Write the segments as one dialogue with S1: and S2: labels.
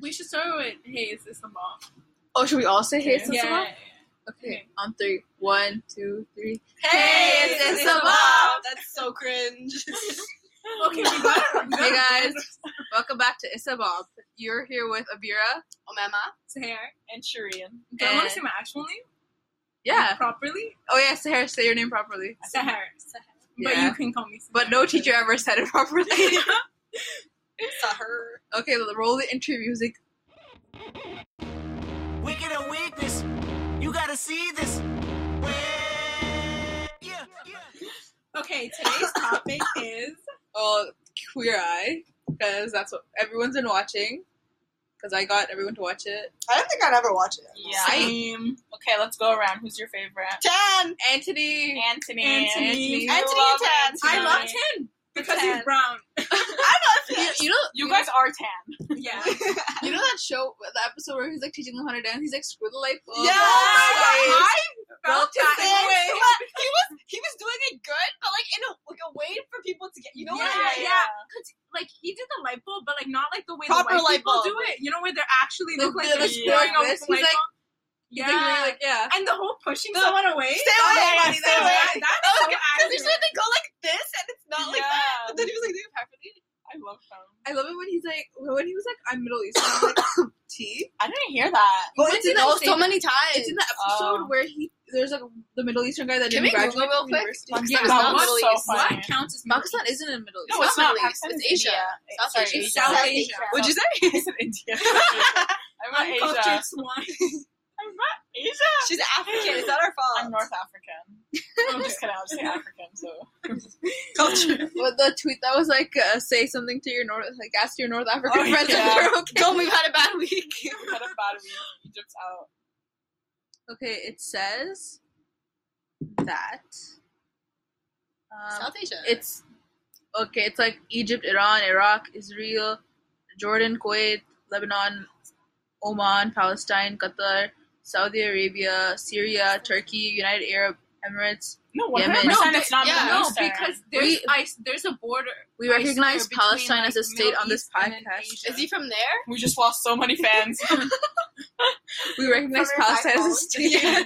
S1: we should start with Hey, is this a mom?
S2: Oh, should we all say hey, it's
S1: yeah.
S2: a mom? Okay, on three. One, two, three.
S1: Hey,
S2: Hey,
S1: is
S2: is
S1: this
S2: this
S1: a
S2: a
S1: mom?
S3: That's so cringe.
S1: Okay, we got it.
S2: Hey guys, welcome back to It's a Mom. You're here with Abira.
S3: Omema.
S1: Tahir
S3: And Shireen.
S1: Do I want
S2: And-
S1: to say my actual name?
S2: Yeah.
S1: Properly?
S2: Oh yeah, Sahara, say your name properly.
S1: Sahar. But
S2: Yeah.
S1: you can call me Sahar.
S2: But no teacher ever said it properly.
S3: Sahar.
S2: okay, roll the intro music.
S4: We get a weakness. You gotta see this. Yeah, yeah.
S1: Okay, today's topic is
S2: Well, uh, Queer Eye, because that's what everyone's been watching. Because I got everyone to watch it.
S5: I don't think I'd ever watch it.
S3: Yeah.
S2: Same.
S1: Same.
S3: Okay, let's go around. Who's your favorite?
S5: Ten.
S2: Anthony.
S3: Anthony.
S1: Anthony.
S3: You
S2: Anthony
S3: love
S5: Tan.
S3: Anthony.
S1: I loved him because he's
S3: Tan.
S1: brown.
S2: You, you know,
S3: You guys are tan.
S1: Yeah.
S2: you know that show, the episode where he's like teaching them how to dance. He's like squiggle like.
S5: Yeah. I
S2: Felt
S5: felt
S2: that
S5: the
S2: way.
S5: same.
S3: He was he was doing it good, but like in a like a way for people to get you know
S1: yeah,
S3: what I mean?
S1: yeah. Cause like he did the light bulb, but like not like the way
S5: Proper
S1: the white
S5: light
S1: people
S5: bulb.
S1: do it. You know where they're actually
S2: Like,
S1: look like
S2: they're,
S1: they're
S3: like,
S1: staring
S2: like
S1: off
S2: this.
S1: the
S2: He's
S1: light
S2: like-
S1: bulb.
S2: He's
S1: Yeah.
S2: like, really, like, yeah.
S1: and the whole pushing
S5: The-
S1: someone away.
S5: Stay away,
S1: That's
S5: buddy,
S1: so
S5: stay away.
S1: bad. That's so
S3: Because
S1: accurate.
S3: usually they go like this and it's not like
S5: Yeah.
S3: that. But
S5: But then
S3: then
S5: he was like, doing it properly.
S3: I love him.
S2: I love it when he's like when he was like I'm Middle Eastern. I'm like, T.
S3: I didn't hear that.
S2: Well, it's in that same-
S5: many times.
S2: It's in the episode
S3: Oh.
S2: where he there's like the Middle Eastern guy that
S5: Can
S2: didn't
S5: we
S2: graduate
S5: Google real
S2: from
S5: quick?
S2: university.
S5: Pakistan
S2: Yeah,
S5: is
S2: but
S5: not
S2: what-
S5: Middle
S3: so
S5: East.
S3: funny.
S1: What counts as Middle
S2: Pakistan isn't in the Middle East.
S3: No, it's not.
S2: Middle East.
S3: Pakistan
S2: It's
S3: is
S2: Asia.
S3: India.
S2: South
S3: Sorry,
S2: Asia.
S3: Asia.
S2: South
S5: South
S2: Asia.
S5: Asia.
S2: Which
S3: What'd you say? He's in India. I'm not Asia.
S1: Uncultured swine.
S3: I'm not Asia.
S5: She's African. It's not our fault.
S3: I'm North African. I'm just kidding. I'm just African. So
S5: culture.
S2: But the tweet that was like, uh, say something to your North, like ask your North African
S3: Oh,
S2: friends
S3: yeah.
S2: if they're okay.
S5: Don't we've had a bad week.
S3: we had a bad week. Egypt's out.
S2: Okay, it says that um,
S5: South Asia.
S2: it's okay. It's like Egypt, Iran, Iraq, Israel, Jordan, Kuwait, Lebanon, Oman, Palestine, Qatar, Saudi Arabia, Syria, Turkey, United Arab Emirates.
S3: No, one
S2: Yemen.
S3: hundred percent. It's not
S5: Yeah.
S3: Middle
S1: no,
S3: Eastern.
S1: because there's
S2: We-
S1: I, there's a border.
S2: We
S1: I
S2: recognize
S1: swear, between,
S2: Palestine
S1: like,
S2: as a state
S1: Middle
S2: on this
S1: East and then
S2: podcast.
S1: Asia.
S5: Is he from there?
S3: we just lost so many fans.
S2: We recognize
S5: From your
S2: Palestine as a
S5: backbone?
S2: state.
S5: Yes.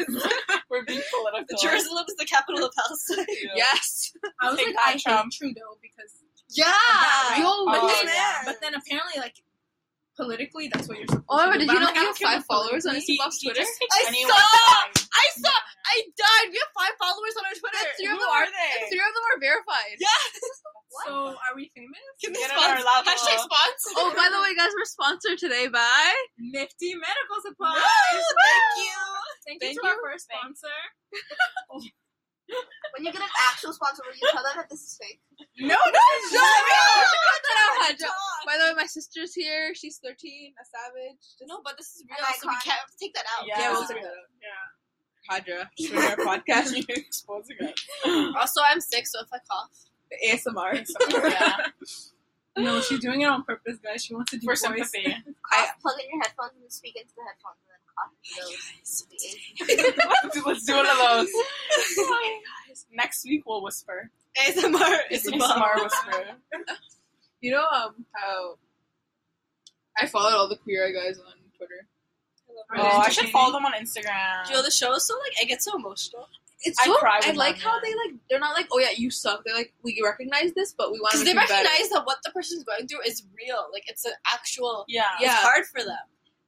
S3: We're being political.
S5: Jerusalem is the capital of Palestine.
S3: Yeah.
S2: Yes.
S1: I was
S3: Take
S1: like,
S3: that,
S1: I hate
S3: Trump.
S1: Trudeau because.
S5: Yeah.
S1: Right.
S2: Yo,
S1: but,
S3: Oh,
S1: then,
S5: yeah.
S1: but then apparently, like, politically, that's what you're supposed
S2: Oh my god,
S1: to
S2: did
S1: do. But
S2: you
S1: I'm
S2: know
S1: like,
S2: we
S1: I
S2: have
S1: don't care
S2: five
S1: about
S2: followers on
S3: He- he
S2: Instagram's
S3: just
S2: Twitter?
S3: takes
S5: I
S3: anyone's
S5: saw-
S3: side.
S5: I saw. I died. We have five followers on our Twitter.
S2: That's three
S3: Who
S2: of them
S3: are
S2: are
S3: they?
S2: three of them are verified.
S5: Yeah.
S1: politics. So, are we famous?
S5: Can they
S3: Get on our
S5: sponsor?
S3: level.
S5: Hashtag sponsor.
S2: Oh, by the way, guys, we're sponsored today by
S1: Nifty Medical Supplies.
S5: thank you.
S1: Thank,
S2: Thank
S1: you to our
S2: you.
S1: first
S3: Thank-
S1: sponsor.
S5: When you get an actual sponsor, will you tell them that this is fake?
S1: No, no,
S2: Shut up!
S5: No,
S2: Shut up! By the way, my sister's here. She's 13, a savage. Just
S5: No, but this is real,
S1: An
S5: so we
S1: icon.
S5: can't take that out.
S3: Yeah, we'll
S2: take that out.
S1: Yeah.
S2: Hadra. She's on our podcast.
S3: You're exposing us.
S5: Also, I'm sick, so if I cough,
S2: The ASMR.
S3: Yeah,
S1: No, she's doing it on purpose, guys. She wants to do
S3: for
S1: voice.
S3: sympathy.
S2: I-
S5: cough, plug in your headphones and speak into the headphones, and then cough. Those will be
S3: let's, do- let's do one of those. Okay, guys. Next week we'll whisper.
S5: ASMR.
S3: ASMR whisper.
S2: You know um how I followed all the queer eye guys on Twitter.
S1: Are
S3: Oh,
S1: they
S3: I should follow them on Instagram.
S5: the show is so like I get so emotional
S2: It's
S3: I
S2: so
S3: cry
S2: I
S3: with
S2: like
S3: them,
S2: how
S3: yeah.
S2: they like they're not like, oh yeah, you suck. They're like, we recognize this, but we want to make
S5: because they
S2: you better.
S5: recognize that what the person's going through is real. Like it's an actual.
S3: Yeah.
S2: Yeah.
S5: It's hard for them.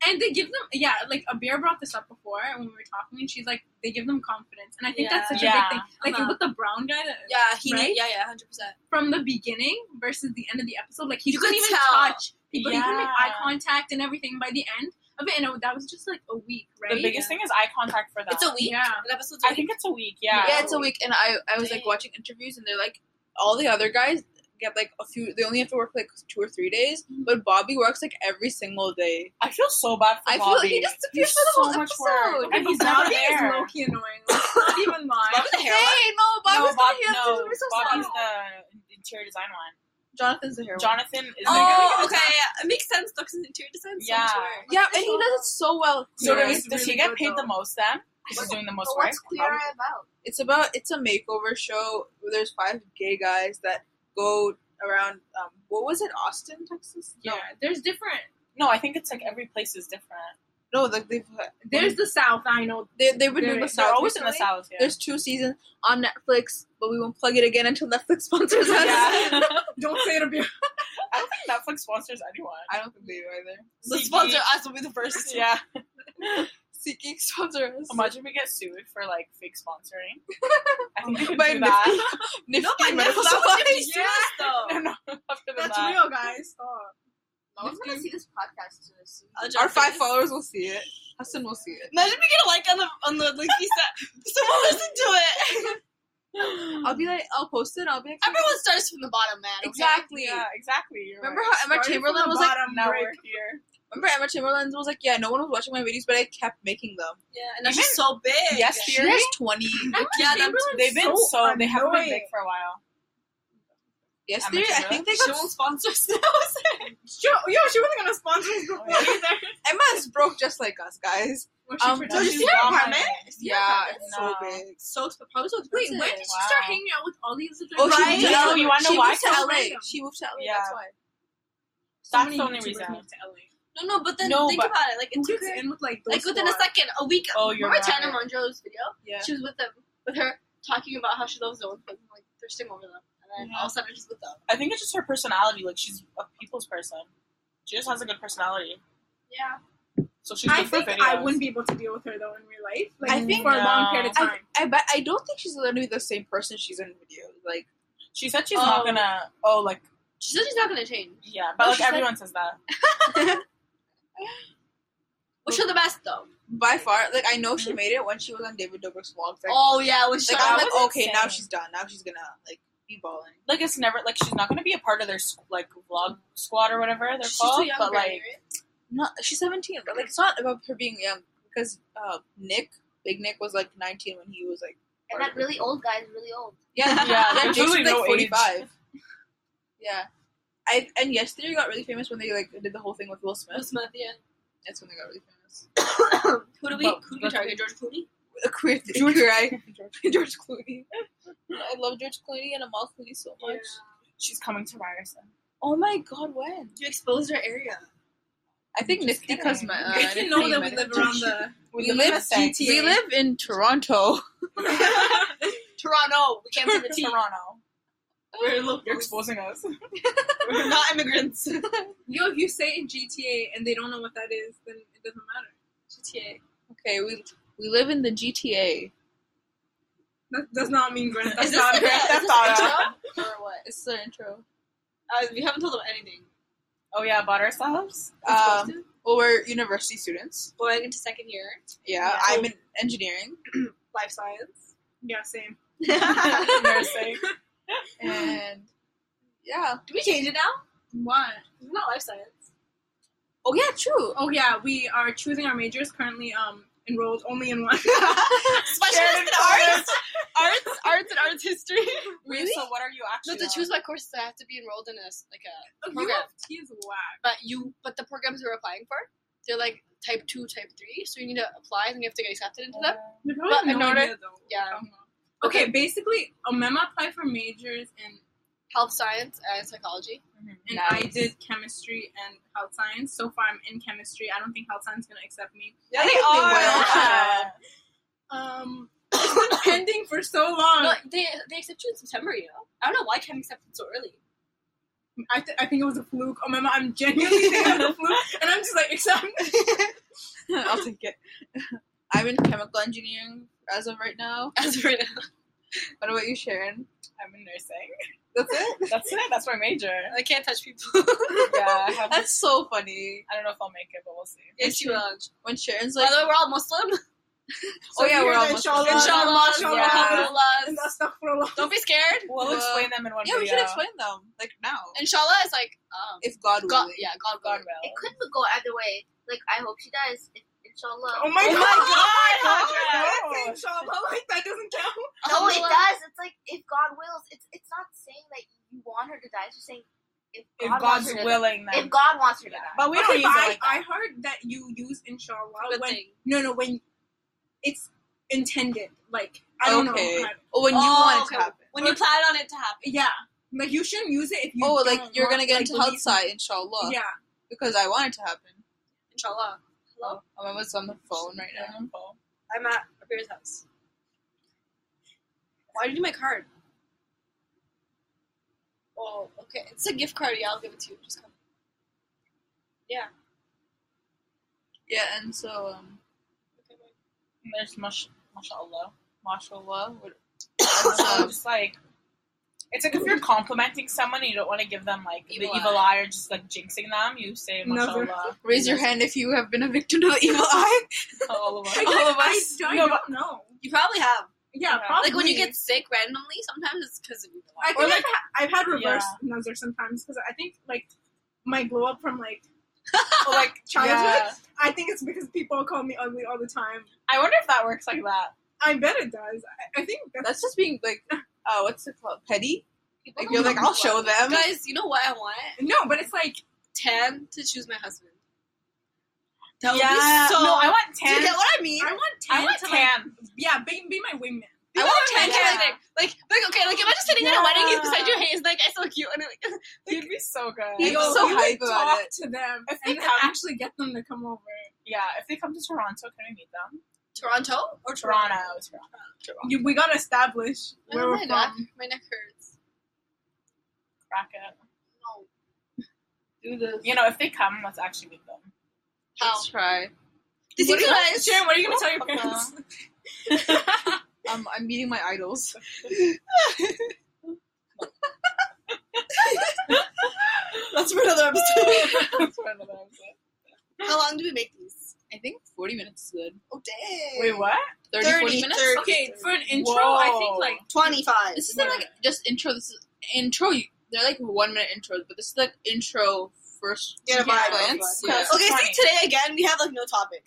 S1: And they give them, yeah, like Abir brought this up before when we were talking, and she's like, they give them confidence, and I think that's
S5: Yeah.
S1: such
S3: Yeah.
S1: a big thing. Like
S5: Uh-huh.
S1: with the brown guy, that,
S5: Yeah, he.
S1: Right?
S5: Yeah, yeah, hundred percent.
S1: from the beginning versus the end of the episode, like he
S5: You
S1: couldn't
S5: could
S1: even
S5: tell.
S1: touch people, he couldn't make
S3: Yeah.
S1: eye contact and everything. By the end of it, and it- that was just like a week, right?
S3: The biggest thing is eye contact for them.
S5: It's a week.
S1: Yeah.
S5: An episode's a
S3: I think it's a week. Yeah.
S2: yeah, it's a week, and I I was like
S5: Dang.
S2: watching interviews, and they're like, all the other guys get like a few. They only have to work like two or three days, but Bobby works like every single day.
S3: I feel so bad for
S2: I feel
S3: Bobby.
S2: like he just disappeared
S3: He's
S2: for the
S3: so
S2: whole
S3: much
S2: episode.
S3: work.
S1: and
S3: He's
S1: he's
S3: not
S1: Bobby is
S3: there.
S1: low key annoying. Let's not even lie.
S5: Bobby the hair one?
S2: Hey, no, Bobby's
S3: no, Bob,
S2: not here.
S3: no,
S2: This is gonna be so
S3: Bobby's
S2: sad.
S3: the interior design one.
S2: Jonathan's the hair. one.
S3: Jonathan is.
S5: Oh,
S3: the
S5: okay. yeah, It makes sense though, because interior design. so
S3: Yeah.
S5: much work.
S2: Yeah, and he does it so well.
S3: So
S1: Yeah,
S3: does,
S1: it's
S3: does he
S1: really
S3: get
S1: good,
S3: paid
S1: though.
S3: the most then? Because he's doing the most work. Bobby?
S5: about?
S2: It's about it's a makeover show. Where there's five gay guys that go around. Um, what was it, Austin, Texas?
S1: Yeah, there's different
S3: No, I think it's like every place is different.
S6: No, like they've
S1: There's the South, I know.
S2: They, they've been doing the
S1: They're- they're
S3: They're
S2: South.
S3: always in the
S2: recently.
S3: south. Yeah.
S2: There's two seasons on Netflix, but we won't plug it again until Netflix sponsors us.
S3: Yeah.
S1: Don't say it a beer.
S3: I don't think Netflix sponsors anyone.
S6: I don't think they do either.
S2: The
S3: Seeking-
S2: sponsor us will be the first.
S3: Yeah.
S6: Seeking sponsor us.
S3: Imagine we get sued for like fake sponsoring. I think we could
S6: By
S3: do that.
S6: Nifty
S2: but
S6: medical
S2: Netflix
S6: supplies.
S2: is-
S3: no, no. After
S1: That's
S3: that.
S1: real, guys. Stop.
S5: I want
S1: Mm-hmm.
S5: to see this podcast to us.
S6: Our five followers will see it. Hassan will see it.
S3: Imagine we get a like on the on the like piece that someone listen to it.
S2: I'll be like, I'll post it. I'll be like,
S5: Everyone starts from the bottom, man. okay?
S2: exactly.
S3: Yeah, exactly. You're
S2: Remember
S3: right.
S2: how Emma
S1: Started
S2: Chamberlain
S1: from the
S2: was like,
S1: bottom,
S3: now
S1: break.
S3: we're here?
S2: remember Emma Chamberlain was like, yeah, no one was watching my videos, but I kept making them.
S5: Yeah, and that's just so big.
S3: Yes,
S2: She has twenty.
S1: Emma
S2: yeah, that's-
S1: Chamberlain's
S3: They've been so,
S1: so
S3: they haven't been
S1: annoying.
S3: big for a while.
S2: yes,
S3: Emma
S2: theory. I think they got
S5: sponsors.
S1: Yo, yo, she wasn't gonna sponsor us before
S3: Oh, yeah.
S1: either.
S2: Emma is broke just like us, guys.
S1: Well,
S2: Um,
S1: forgot.
S2: did you
S1: She-
S3: see her apartment?
S6: Yeah, it's so
S3: no.
S6: big.
S2: So exp- probably so
S1: Wait, when did
S2: expensive.
S1: she
S3: Wow.
S1: start hanging out with all these other
S2: Oh,
S1: people?
S2: she moved to
S3: Right?
S2: LA.
S3: No, you wanna know
S2: she
S3: why?
S2: Moved to
S1: So
S2: LA.
S1: random.
S2: She moved to LA.
S3: Yeah.
S2: That's why.
S1: So
S3: That's
S1: many
S3: the only
S1: YouTubers
S3: reason.
S1: moved to LA.
S5: No, no, but then
S3: No,
S5: think
S3: but-
S5: about it. Like it
S1: Who
S5: took
S1: gets
S5: her,
S1: in with like those
S5: like within a
S1: four?
S5: second, a week.
S3: Oh, you're
S5: Remember Tana
S3: right.
S5: Mongero's video?
S2: Yeah.
S5: She was with them, with her talking about how she loves the old people, like thirsting over them, and then all of a sudden she's with them.
S3: I think it's just her personality. Like she's a people's person. She just has a good personality,
S5: Yeah.
S3: so she's
S1: I
S3: good for
S1: think
S3: videos.
S1: I wouldn't be able to deal with her though in real life. Like
S2: I think-
S1: for a long
S3: No.
S1: period of time.
S2: I bet I don't think she's literally the same person she's in videos. Like
S3: She said she's not
S5: Oh.
S3: gonna. Oh, like
S5: She said she's not gonna change.
S3: yeah, but
S5: No,
S3: like
S5: she's like-
S3: everyone says that.
S5: Which are the best though?
S2: by far, like I know she made it when she was on David Dobrik's vlogs. Like,
S5: oh yeah, when she
S2: like
S3: that
S2: I'm like
S5: started
S3: was
S2: okay,
S3: insane.
S2: now she's done. Now she's gonna like be balling.
S3: Like it's never like she's not gonna be a part of their s- like vlog squad or whatever they're called. but like
S2: Not she's 17, but like it's not about her being young because uh, Nick, Big Nick, was like 19 when he was like
S5: and that really old guy is really old.
S2: yeah
S3: Yeah,
S2: yeah
S3: there's
S2: Jake's
S3: really
S2: like
S3: no age.
S2: 45. Yeah. I, and yesterday got really famous when they like did the whole thing with Will Smith.
S5: Will Smith, yeah.
S2: That's when they got really famous.
S5: who do we
S3: Well,
S5: who do we
S3: that's-
S5: target? George Clooney.
S2: A queer, George, George, George Clooney. I love George Clooney and Amal Clooney so much.
S3: she's coming to Ryerson.
S2: Oh my god, when?
S5: You exposed her area.
S2: I think Nick because my uh,
S1: I didn't
S2: Nick
S1: know
S2: Clooney might
S1: that we live
S2: have-
S1: around the.
S2: We live
S1: GTA.
S2: we live in Toronto.
S5: Toronto. We can't say the T.
S3: Toronto. You're exposing us.
S5: We're not immigrants.
S1: Yo, if you say in GTA and they don't know what that is, then it doesn't matter.
S5: GTA.
S2: Okay, we we live in the GTA.
S1: That does not mean Grand Theft
S5: Is this
S1: Auto.
S5: the
S3: Grand Theft
S5: is this
S3: Auto.
S5: the intro or what?
S2: It's the intro.
S5: Uh, we haven't told them anything.
S3: Oh yeah, about ourselves.
S2: Um, well, we're university students.
S5: Going into second year,
S2: Yeah,
S3: Yeah.
S2: I'm in engineering,
S5: life science.
S1: Yeah, same.
S3: Nursing.
S2: and yeah.
S5: Do we change it now?
S1: What?
S5: It's not life science.
S2: Oh yeah, true.
S1: Oh yeah, we are choosing our majors currently. Um, enrolled only in one.
S5: Specialist in arts. arts, arts, and arts history.
S2: Really?
S3: So what are you
S5: No,
S3: actually?
S5: to
S3: on?
S5: choose my courses, I have to be enrolled in a s- like a. Program.
S1: UFT is whack.
S5: But you, but the programs you're applying for, they're like type two, type three. So you need to apply, and you have to get accepted into them.
S1: They probably
S5: But
S1: have
S5: in
S1: no
S5: order-
S1: idea, though. what
S5: yeah.
S1: we're talking about. Okay, basically, Omema applied for majors in
S5: Health science and psychology.
S3: Mhm.
S1: and
S3: Nice.
S1: I did chemistry and health science. So far, I'm in chemistry. I don't think health science is gonna accept me.
S2: Yeah,
S3: They are. uh,
S2: Yeah.
S1: Um, it's been pending for so long.
S5: No, they they accept you in September. You know, I don't know why Chem accepted so early.
S1: I, th- I think it was a fluke. Oh, my mom, I'm genuinely thinking it was a fluke, and I'm just like, except
S2: I'll take it. I'm in chemical engineering as of right now.
S5: As right now.
S2: What about you, Sharon?
S3: I'm in nursing.
S2: That's it.
S3: That's it. That's my major.
S5: I can't touch people.
S3: Yeah, I, have,
S2: That's so funny.
S3: I don't know if I'll make it, but we'll see.
S5: yes, you are.
S2: When Sharon's
S5: By
S2: like,
S5: the way, we're all Muslim.
S2: oh yeah, we're all
S1: Inshallah,
S2: Muslim.
S5: Inshallah,
S1: Inshallah.
S5: alhamdulillah.
S1: and astaghfirullah.
S5: Don't be scared.
S3: We'll
S2: Well,
S3: explain them in one
S2: Yeah,
S3: video.
S2: we should explain them like now.
S5: Inshallah is like um,
S2: If God will.
S5: God. Yeah, God, God.
S3: God will.
S7: It could go either way. Like, I hope she dies. If, inshallah.
S1: Oh my god!
S3: Oh my God,
S1: Oh my
S3: Audra.
S1: God, Inshallah, like that doesn't count.
S7: no, it
S5: Alhamdulillah.
S7: does. It's like, if God wills. It's it's not saying that you want her to die. It's just saying, if,
S3: If
S7: God wants
S3: God's
S7: her to
S3: willing,
S7: die.
S3: then.
S7: If God wants her to die.
S3: but we don't
S1: okay,
S3: use
S1: but I,
S3: it like
S1: I
S3: that.
S1: heard that you use inshallah
S5: Good
S1: when
S5: thing.
S1: no no when it's intended. Like I don't
S2: Okay.
S1: know. how-
S2: Oh, when you
S5: Oh,
S2: want it
S5: okay.
S2: to happen.
S5: When you plan on it to happen.
S1: Yeah, like you shouldn't use it if you.
S2: oh,
S1: don't
S2: like you're
S1: want-
S2: gonna get
S1: like,
S2: into health
S1: believe-
S2: side, inshallah.
S1: Yeah,
S2: Because I want it to happen.
S5: Inshallah.
S2: Oh, my mom's on the phone right now.
S5: I'm at my parents' house. Why do you need my card? Oh, okay. It's a gift card. Yeah, I'll give it to you. Just come.
S8: Yeah, and so um,
S5: Okay, bye.
S3: There's mash, mashallah, mashallah. what-
S8: that's,
S3: So
S8: um,
S3: just like it's like if you're complimenting someone and you don't want to give them like
S5: Evil
S3: the evil
S5: eye.
S3: eye or just like jinxing them, you say
S1: Never.
S3: mashallah.
S2: Raise your hand if you have been a victim to the evil eye.
S3: All of us.
S5: All of
S1: I,
S5: us.
S1: I
S3: No,
S1: don't know.
S5: You probably have.
S1: Yeah,
S3: Yeah.
S1: probably.
S5: Like when you get sick randomly, sometimes it's because of you.
S1: I think
S5: Or like,
S1: I've, had, I've had reverse
S3: Yeah.
S1: nuzzler sometimes because I think like my glow up from like oh,
S3: Or, like
S1: childhood.
S3: Yeah.
S1: I think it's because people call me ugly all the time.
S3: I wonder if that works like that.
S1: I bet it does. I, I think that's,
S2: That's just being like, uh, what's it called? Petty.
S5: people
S2: Like
S5: don't
S2: you're like,
S5: know
S2: I'll show
S5: who I am.
S2: them.
S5: Guys, you know what I want?
S1: no, but it's like
S5: Tan to choose my husband. That would
S3: Yeah.
S5: be so.
S3: no, I want
S5: Do
S3: tan.
S5: you get what I mean?
S1: I want tan
S3: I want
S1: to
S3: tan.
S1: like yeah, be, be my wingman.
S5: I want tan
S8: Yeah.
S5: to like, like, like, okay, like, imagine sitting at a wedding and beside your haze, like, I so cute, and like,
S3: You'd be so good.
S2: He
S1: Yo,
S2: was so
S1: you
S2: hype
S1: could
S2: about
S1: talk
S2: it.
S1: to them
S3: If they
S1: and then
S3: come-
S1: actually get them to come over.
S3: yeah, if they come to Toronto, can we meet them?
S5: Toronto or
S3: Toronto,
S5: Toronto?
S3: Toronto.
S1: You, we gotta establish where we're
S5: Oh my
S1: from.
S5: neck, my neck hurts.
S3: Bracket.
S5: No.
S2: Do this.
S3: You know, if they come, let's actually meet them.
S5: How?
S2: Let's try.
S5: Did Oh. you
S1: What are
S5: guys?
S1: Sharon, what are you gonna tell your
S3: Uh-huh.
S1: parents?
S2: Um, I'm meeting my idols.
S5: That's for another episode.
S3: That's one of those.
S5: How long do we make these?
S2: I think 40 minutes is good.
S5: Oh, dang.
S3: Wait, what?
S2: 30, 40 minutes?
S1: Okay, for an intro,
S3: Whoa.
S1: I think like
S5: 25.
S2: This isn't like just intro. This is intro. They're like one minute intros, but this is like intro first
S5: Get a vibe.
S2: glance.
S3: Okay.
S2: Yeah.
S3: It's
S5: Okay, see,
S3: 20.
S5: today again, we have, like, no topic.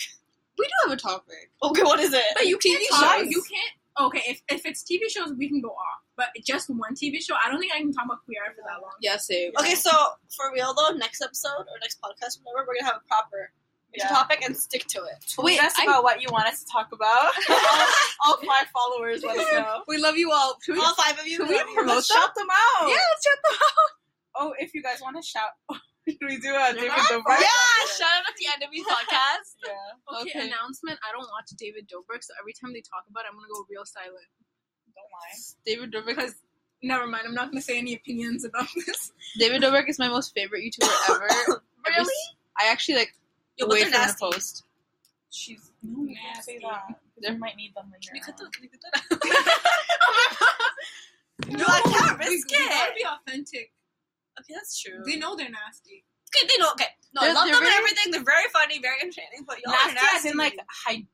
S2: We do have a topic.
S5: Okay, what is it?
S1: But you can't
S5: TV
S1: talk.
S5: shows.
S1: You can't. Okay, if, if it's TV shows, we can go off. But just one TV show, I don't think I can talk about Queer Eye for that long.
S2: Yeah, save.
S5: Okay, so, for real, though, next episode or next podcast, whatever, we're gonna have a proper
S3: Yeah.
S5: topic and stick to it.
S3: Tweet us about what you want us to talk about. all, all five followers, let us know.
S2: We love you all. Should we,
S5: All five of you.
S2: should we promote
S3: Let's
S2: that?
S3: shout them out.
S2: Yeah, let's shout them
S3: Oh, if you guys want to shout, should we do a David
S5: Yeah,
S3: Dobrik?
S5: shout out at the end of the podcast.
S3: Yeah.
S1: Okay,
S2: Okay.
S1: announcement. I don't watch David Dobrik, so every time they talk about it, I'm gonna go real silent.
S3: Don't lie.
S2: out. David Dobrik.
S1: Because never mind, I'm not gonna say any opinions about this.
S2: David Dobrik is my most favorite YouTuber ever. Ever s- I actually like
S5: Yo, but
S2: wait
S5: they're
S2: for him to
S5: nasty.
S2: post.
S3: She's no, you can't say
S1: Nasty.
S3: that. They might need them later.
S5: Can we cut
S3: on.
S5: the- can we cut that out? no, I can't
S1: We, we
S5: risk
S1: gotta
S5: it.
S1: be authentic.
S5: Okay, that's true.
S1: They know they're nasty.
S5: Okay, they know. Okay, no, I
S2: They're-
S5: love
S2: they're
S5: them and
S2: very-
S5: everything. They're very funny, very entertaining. But y'all
S3: Nasty,
S5: are nasty.
S3: as in like hy-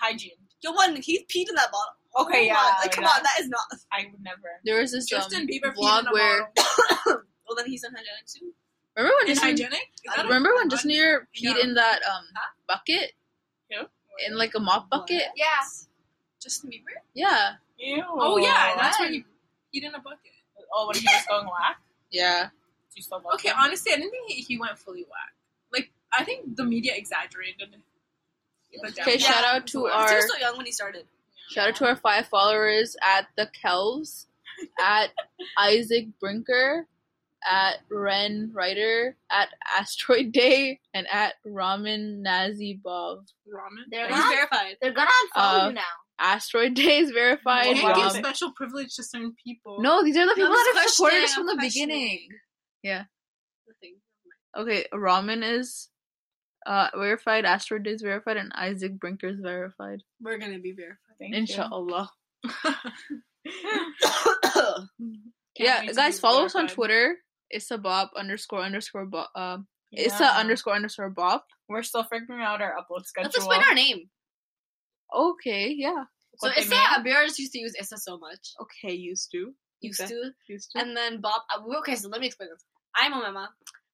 S3: hygiene.
S5: yo, one he peed in that bottle.
S3: Okay,
S5: Come on,
S3: yeah,
S5: like come
S3: yeah.
S5: on, that is not.
S3: I would never.
S2: There was this
S1: Justin
S2: um,
S1: Bieber peed in
S2: vlog
S1: a
S2: where
S1: bottle.
S5: Well, then he's unhygienic too.
S2: remember when Justin
S1: Inhygienic? Is that a-
S2: remember when Justin Bieber peed
S1: Yeah.
S2: in that um bucket
S3: Who?
S2: in like a mop bucket?
S9: Yeah.
S5: Justin Bieber.
S2: Yeah,
S3: Ew.
S1: Oh yeah, that's when you peed in a bucket.
S3: Oh, when he was going whack.
S2: yeah.
S3: Do you still love
S1: Okay,
S3: him?
S1: honestly, I didn't think he, he went fully whack. Like, I think the media exaggerated. the
S2: Okay,
S1: damage.
S2: shout out to
S5: he
S2: our
S5: was so young when he started.
S2: shout out to our five followers at the Kelvs, at Isaac Brinker, at Ren Ryder, at Asteroid Day, and at Ramen Nazibov.
S1: ramen.
S9: They're
S5: He's
S9: not.
S5: verified.
S9: They're gonna unfollow
S2: Uh,
S9: you now.
S2: Asteroid Day is verified. um,
S1: Can't give
S3: Ramen.
S1: special privilege to certain people.
S2: No, these are the people
S5: I'm
S2: that have supported
S5: questioning,
S2: us from
S5: I'm
S2: the
S5: questioning.
S2: beginning.
S5: Nothing.
S2: Okay, Ramen is uh verified, Asteroid Day is verified, and Isaac Brinker is verified.
S5: We're gonna be verified.
S3: Thank you.
S2: Inshallah.
S3: Can't wait
S2: yeah,
S3: to
S2: guys,
S3: be
S2: follow us on
S3: verified.
S2: Twitter. Issa Bob underscore underscore Bob. Uh, Issa
S3: Yeah.
S2: underscore underscore Bob.
S3: We're still figuring out our upload schedule.
S5: Let's explain our name.
S2: Okay, yeah.
S5: So
S3: What they
S5: Issa
S3: mean.
S5: Abir just used to use Issa so much.
S2: Okay, used to.
S5: Used
S2: Okay.
S5: to.
S2: Used to.
S5: And then Bob. uh, we- Okay, so let me explain this. I'm a mama.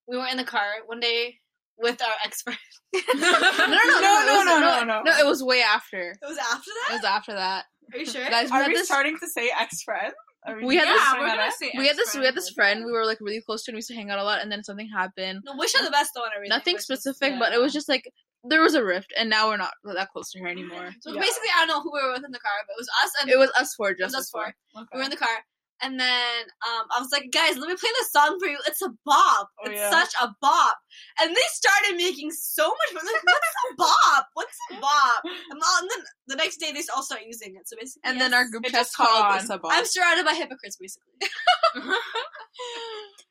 S5: We were in the car one day with our expert.
S2: no, no,
S3: No,
S2: no,
S3: no,
S2: it was-
S3: no, no, no.
S2: no. it was way after.
S5: It was after
S2: It was after that.
S5: Are you sure?
S2: Guys, we
S3: Are
S2: had
S3: we
S2: this.
S3: starting to say ex friend? Are
S2: We had
S1: yeah,
S2: this-
S1: we're gonna say
S2: We had this. We had this friend. We
S1: We
S2: were like really close to, and we used to hang out a lot. And then something happened.
S5: no, wish her the best though and everything.
S2: Nothing
S5: but just-
S2: specific, but it was just like there was a rift, and now we're not that close to her anymore.
S5: So
S3: Yeah.
S5: basically, I don't know who we were with in the car, but it was us and
S2: It was us four,
S5: it was
S2: just us four.
S5: We were in the car,
S10: And then um, I was like, guys, let me play this song for you. It's a bop.
S3: Oh,
S10: it's
S3: yeah.
S10: such a bop. And they started making so much fun. Like, what's a bop? What's a bop? And, all, and then the next day, they all start using it. So basically,
S2: And then our group
S3: It
S2: chat
S3: just caught
S2: called
S3: on.
S2: this a bop.
S10: I'm surrounded by hypocrites, basically.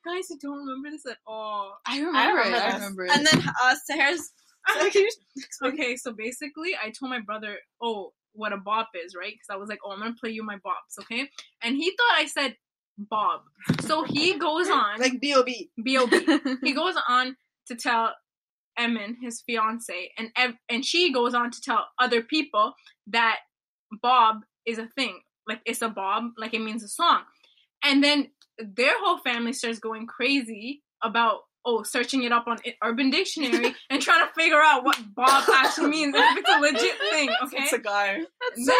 S1: Guys, I don't remember this at all.
S2: I remember. it. I
S10: this.
S2: remember. it.
S10: And then uh, Sahara's. Sarah, can you
S1: okay, so basically, I told my brother, oh, what a bop is, right? Because I was like, oh, I'm gonna play you my bops, okay? And he thought I said bob. So he goes on,
S10: like Bob.
S1: bob. He goes on to tell Emin, his fiance, and ev- and she goes on to tell other people that bob is a thing, like it's a bob, like it means a song. And then their whole family starts going crazy about oh searching it up on I- Urban Dictionary and trying to figure out what bob actually means if it's a legit thing. Okay,
S3: It's a guy.
S1: and then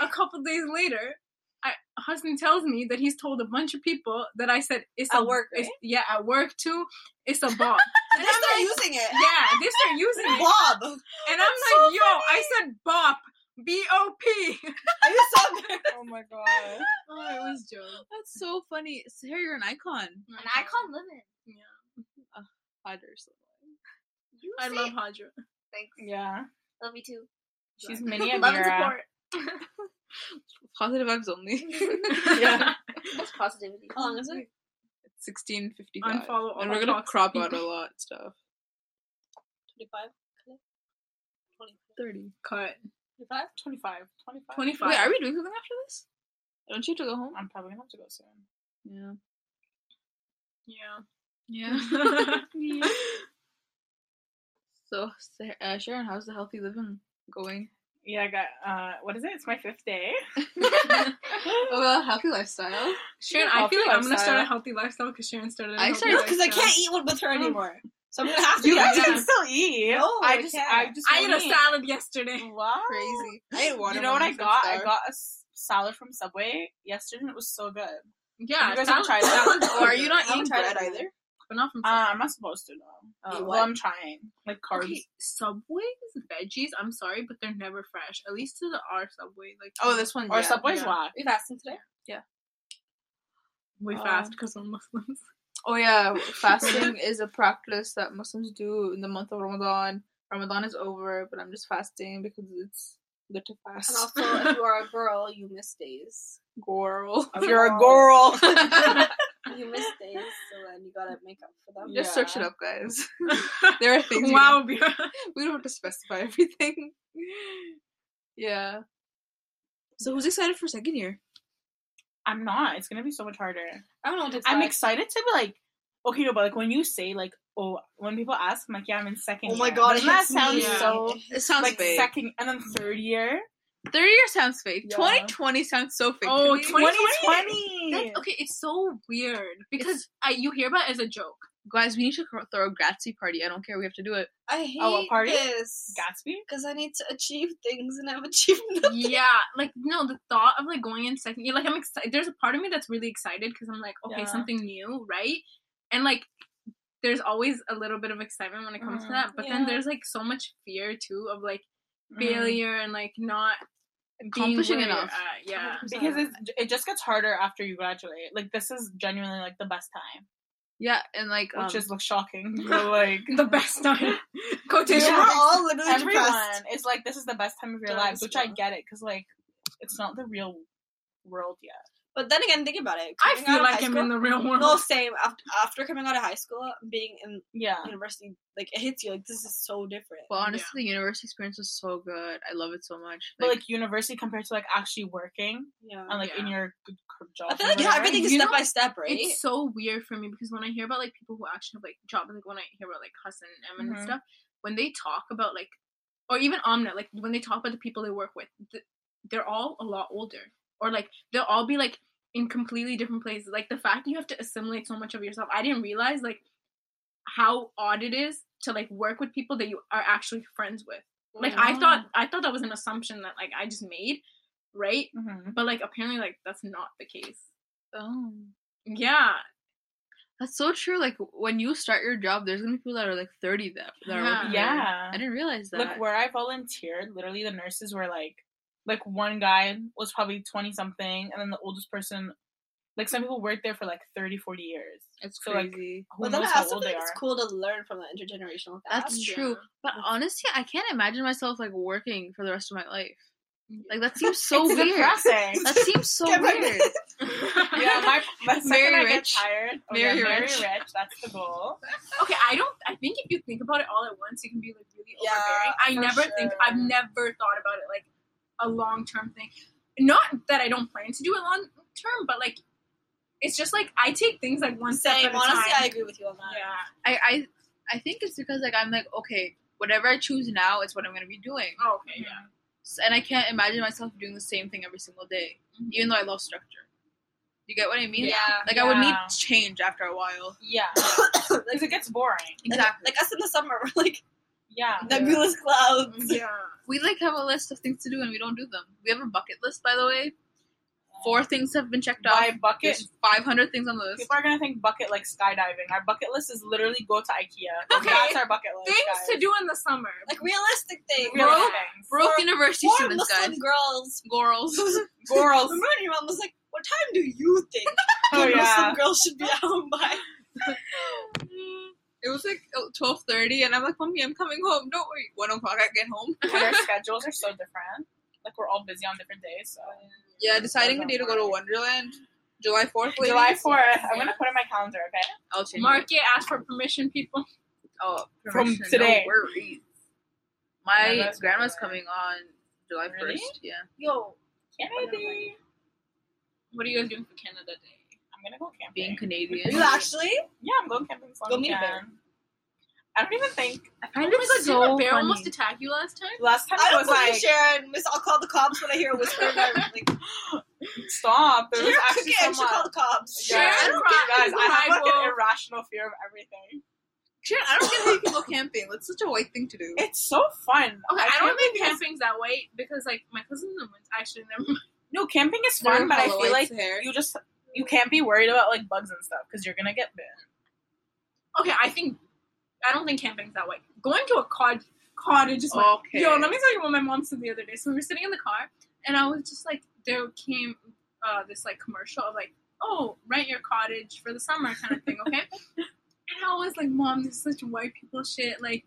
S1: a couple days later, I, Hussein tells me that he's told a bunch of people that I said it's
S10: At
S1: a
S10: work,
S1: it's- yeah, at work too. It's a bob.
S10: And they start using it.
S1: yeah, they start using it,
S10: Bob.
S1: and I'm like, yo, I said bop, b o p.
S10: Are you so embarrassed?
S3: Oh my god.
S1: Oh, it was joke.
S2: That's so funny. Sarah, you're an icon.
S7: An icon living.
S2: Otters.
S7: You
S1: I
S7: say-
S1: love Hadra.
S7: Thanks.
S3: Yeah.
S7: Love you too.
S3: She's mini
S1: love and
S3: Amira.
S1: support.
S2: Positive vibes only.
S1: Yeah.
S7: That's positivity.
S10: How long is it?
S2: Sixteen fifty five.
S1: Unfollow all
S2: And we're
S1: our
S2: gonna
S1: toxic
S2: crop out a
S1: people.
S2: lot of stuff.
S10: 25? 20.
S2: Thirty.
S1: Cut.
S10: 25?
S3: 25. 25.
S1: Twenty five.
S2: Wait, are we doing something after this? Don't you have to go home?
S3: I'm probably gonna have to go soon.
S2: Yeah.
S1: Yeah.
S2: Yeah. so, Sarah, uh, Sharon, how's the healthy living going?
S3: Yeah, I got uh what is it? It's my fifth day.
S2: Oh, well, healthy lifestyle.
S1: Sharon, I feel
S3: Healthy
S1: like I'm gonna start a
S3: lifestyle.
S1: healthy lifestyle because Sharon started. a
S2: I
S1: healthy
S2: started-
S10: Because I
S1: lifestyle.
S10: can't eat one with her anymore. So I'm gonna have to
S3: You
S10: eat
S3: guys
S10: it.
S3: can still eat.
S10: No,
S3: I
S10: I
S3: just
S10: can't.
S3: I just
S1: I oh. ate
S3: won't
S1: a salad yesterday.
S3: Wow.
S2: Crazy. I ate water.
S3: You know what I got? I got a s- salad from Subway yesterday and it was so good.
S1: Yeah,
S3: You guys haven't
S1: salad-
S3: tried that?
S1: salad's
S2: Or are you
S1: good.
S2: not
S1: I
S2: eating
S1: haven't
S2: bread
S1: tried it.
S2: either?
S1: But not from
S3: Uh, I'm not supposed to know.
S2: Eat
S3: well, I'm trying. Like carbs.
S1: Okay, Subway's veggies, I'm sorry, but they're never fresh. At least to the our Subway, like
S2: Oh, this one.
S3: Or
S2: yeah.
S3: Subway's
S1: yeah.
S3: whack.
S10: You're fasting today?
S1: way
S2: uh,
S1: fast because we're Muslims.
S2: Oh yeah, fasting is a practice that Muslims do in the month of Ramadan. Ramadan is over, but I'm just fasting because it's good to
S10: And
S2: fast.
S10: also, if you are a girl, you miss days.
S2: Girl,
S3: If you're a girl.
S10: You miss days, so then you gotta make up for them.
S2: just
S3: Yeah.
S2: search it up, guys. there are things.
S1: wow,
S2: Wow,
S1: Bira.
S2: we don't have to specify everything. yeah. So who's excited for second year?
S3: I'm not. It's gonna be so much harder.
S10: I don't know what to
S3: I'm
S10: expect.
S3: excited to be like, okay, no, but like when you say like, oh, when people ask, I'm like, yeah, I'm in second.
S10: Oh my
S3: year.
S10: God,
S3: doesn't
S10: it
S3: that
S10: hits
S3: sounds
S1: me.
S3: so
S2: It sounds
S3: like
S2: fake.
S3: second and then third year?
S2: Third year sounds fake.
S3: Yeah.
S2: 2020 sounds so fake. to
S1: Oh,
S2: me.
S1: 20
S3: 2020.
S1: That's- okay, it's so weird because I, you hear about it as a joke.
S2: guys, we need to throw a Grazie party. I don't care. We have to do it.
S10: I hate
S3: Oh, a party?
S10: this.
S3: Gatsby?
S10: Because I need to achieve things and I've achieved nothing.
S1: yeah, like no, the thought of like going in second year, like I'm excited. There's a part of me that's really excited because I'm like, okay,
S3: Yeah.
S1: something new, right? And like, there's always a little bit of excitement when it comes
S3: Mhm.
S1: to that, but then
S10: Yeah.
S1: there's like so much fear too of like
S3: Mm-hmm.
S1: failure and like not
S2: Accomplishing
S1: being where
S2: enough.
S1: You're at. Yeah,
S3: Because it's, it just gets harder after you graduate. Like this is genuinely like the best time,
S2: Yeah, and like um,
S3: which is like shocking. But, like
S1: the best time. Quotation
S3: Yeah.
S10: We're
S1: marks.
S10: all literally
S3: everyone
S10: depressed.
S3: is like, this is the best time of your
S10: Yeah,
S3: lives, which I
S10: yeah.
S3: get it, because like it's not the real world yet.
S10: But then again, think about it.
S1: I
S10: Coming out
S1: feel
S10: of
S1: like
S10: high
S1: I'm
S10: school-
S1: in the real world.
S10: No, same. After, after coming out of high school, being in
S3: Yeah.
S10: university, like it hits you. Like this is so different.
S2: But honestly, the university experience was so good. I love it so much.
S3: But like university compared to like actually working
S10: Yeah.
S3: and like in
S1: Yeah.
S3: your good cur- job.
S10: I feel like
S3: or
S10: yeah,
S3: whatever.
S10: everything is
S1: You
S10: step
S1: know,
S10: by step, right?
S1: It's so weird for me because when I hear about like people who actually have like jobs, like when I hear about like Hassan and Emin
S3: Mhm.
S1: and stuff, when they talk about like, or even Omna, like when they talk about the people they work with, th- they're all a lot older, or like they'll all be like in completely different places. Like the fact that you have to assimilate so much of yourself, I didn't realize like how odd it is to like work with people that you are actually friends with. Like I thought, I thought that was an assumption that like I just made, right?
S3: Mhm.
S1: But like apparently, like that's not the case.
S2: oh,
S1: Yeah,
S2: that's so true. Like when you start your job, there's gonna be people that are like 30 that that are
S1: Yeah.
S2: working there.
S3: Yeah.
S2: I didn't realize that.
S3: Like where I volunteered, literally the nurses were like, like one guy was probably twenty something, and then the oldest person, Like some people work there for like 30, 40 years.
S11: It's
S3: So, like,
S11: crazy.
S3: Who
S5: But then
S3: knows
S5: I
S3: how
S5: also
S3: old they
S5: think it's
S3: are?
S5: cool to learn from the intergenerational.
S3: um,
S5: gap.
S2: That's true. But honestly, I can't imagine myself like working for the rest of my life. Like that seems so
S3: It's
S2: weird.
S3: depressing.
S2: That seems so
S5: Get back
S2: weird.
S3: yeah, my, my second
S2: Very
S3: I get
S2: rich.
S3: tired. oh,
S2: Very
S3: yeah, very
S2: rich.
S3: rich. That's the goal.
S1: Okay, I don't. I think if you think about it all at once, it can be like really
S5: Yeah,
S1: overbearing. I
S5: for
S1: never think. I've
S5: sure.
S1: never thought about it like a long term thing. Not that I don't plan to do it long term, but like it's just like I take things like one step
S5: Same.
S1: at a
S5: Honestly,
S1: time.
S5: I agree with you on that.
S1: yeah,
S2: I, I I think it's because like I'm like okay, whatever I choose now is what I'm gonna be doing,
S1: oh, okay, yeah.
S2: S- and I can't imagine myself doing the same thing every single day, even though I love structure. You get what I mean?
S5: Yeah,
S2: Like I would need
S3: Mm-hmm. yeah.
S2: change after a while.
S3: mm, Yeah. Because it gets boring.
S2: Exactly.
S5: Like us in the summer, we're like
S3: Yeah.
S5: nebulous clouds.
S1: Yeah,
S2: we like have a list of things to do and we don't do them. We have a bucket list, by the way. Four things have been checked off.
S3: My bucket.
S2: There's 500 things on the list.
S3: People are gonna think bucket like skydiving. Our bucket list is literally go to IKEA.
S1: Okay.
S3: That's our bucket list.
S1: things to do in the summer.
S5: Like realistic things.
S3: Real
S2: Bro,
S3: things.
S2: Broke university
S5: Four
S2: students,
S5: Muslim
S2: guys.
S5: girls.
S2: Girls.
S3: Girls.
S5: Remember when your mom was like, "What time do you think
S3: Oh
S5: the
S3: yeah.
S5: Muslim girls should be at home by?"
S2: it was like 12.30 and I'm like, Mommy, I'm coming home. Don't worry. 1 o'clock, I get home.
S3: And our schedules are so different. Like we're all busy on different days. So.
S2: Yeah, deciding a day to go to Wonderland. July 4th, ladies.
S3: July fourth. I'm gonna put in my calendar. Okay.
S2: I'll change
S1: Mark it. Ask for permission, people.
S2: my- Oh,
S3: From
S2: permission,
S3: today.
S2: No worries.
S3: Yeah,
S2: My
S3: that's
S2: grandma's
S3: right.
S2: coming on July 1st.
S3: Really?
S2: Yeah.
S1: Yo,
S3: Camping.
S1: what are you guys doing for Canada Day?
S3: I'm gonna go camping.
S2: Being Canadian.
S5: You actually?
S3: Yeah, I'm going camping. So
S5: Go meet a bear.
S3: I don't even think
S2: I find
S1: Oh
S2: it
S1: my God,
S2: so
S1: didn't a bear
S2: funny.
S1: almost attack you last time?
S3: last time
S5: I
S3: I
S5: don't
S3: was
S5: believe
S3: like,
S5: Sharon. Miss, I'll call the cops when I hear a whisper. and I'm like,
S3: stop. There was
S5: Sharon
S3: actually
S5: cooking
S3: so
S5: and she called
S3: much.
S5: the cops.
S1: Sharon
S3: Yeah. I don't
S1: cried.
S3: Guys, I have like
S1: Survival.
S3: an irrational fear of everything.
S2: Sharon, I don't get how you can go camping. That's such a white thing to do.
S3: It's so fun.
S1: Okay, I, don't
S3: can't
S1: think
S3: it's-
S1: camping's that way because like my cousins and went actually never mind.
S3: No, camping is fun, but I feel like
S2: hair.
S3: you just you can't be worried about like bugs and stuff because you're gonna get bit.
S1: Okay, I think I don't think camping's that way. Going to a cottage cottage is like
S2: Okay.
S1: yo, let me tell you what my mom said the other day. So we were sitting in the car and I was just like there came uh, this like commercial of like, oh, rent your cottage for the summer kind of thing, okay? and I was like, Mom, this is such white people shit, like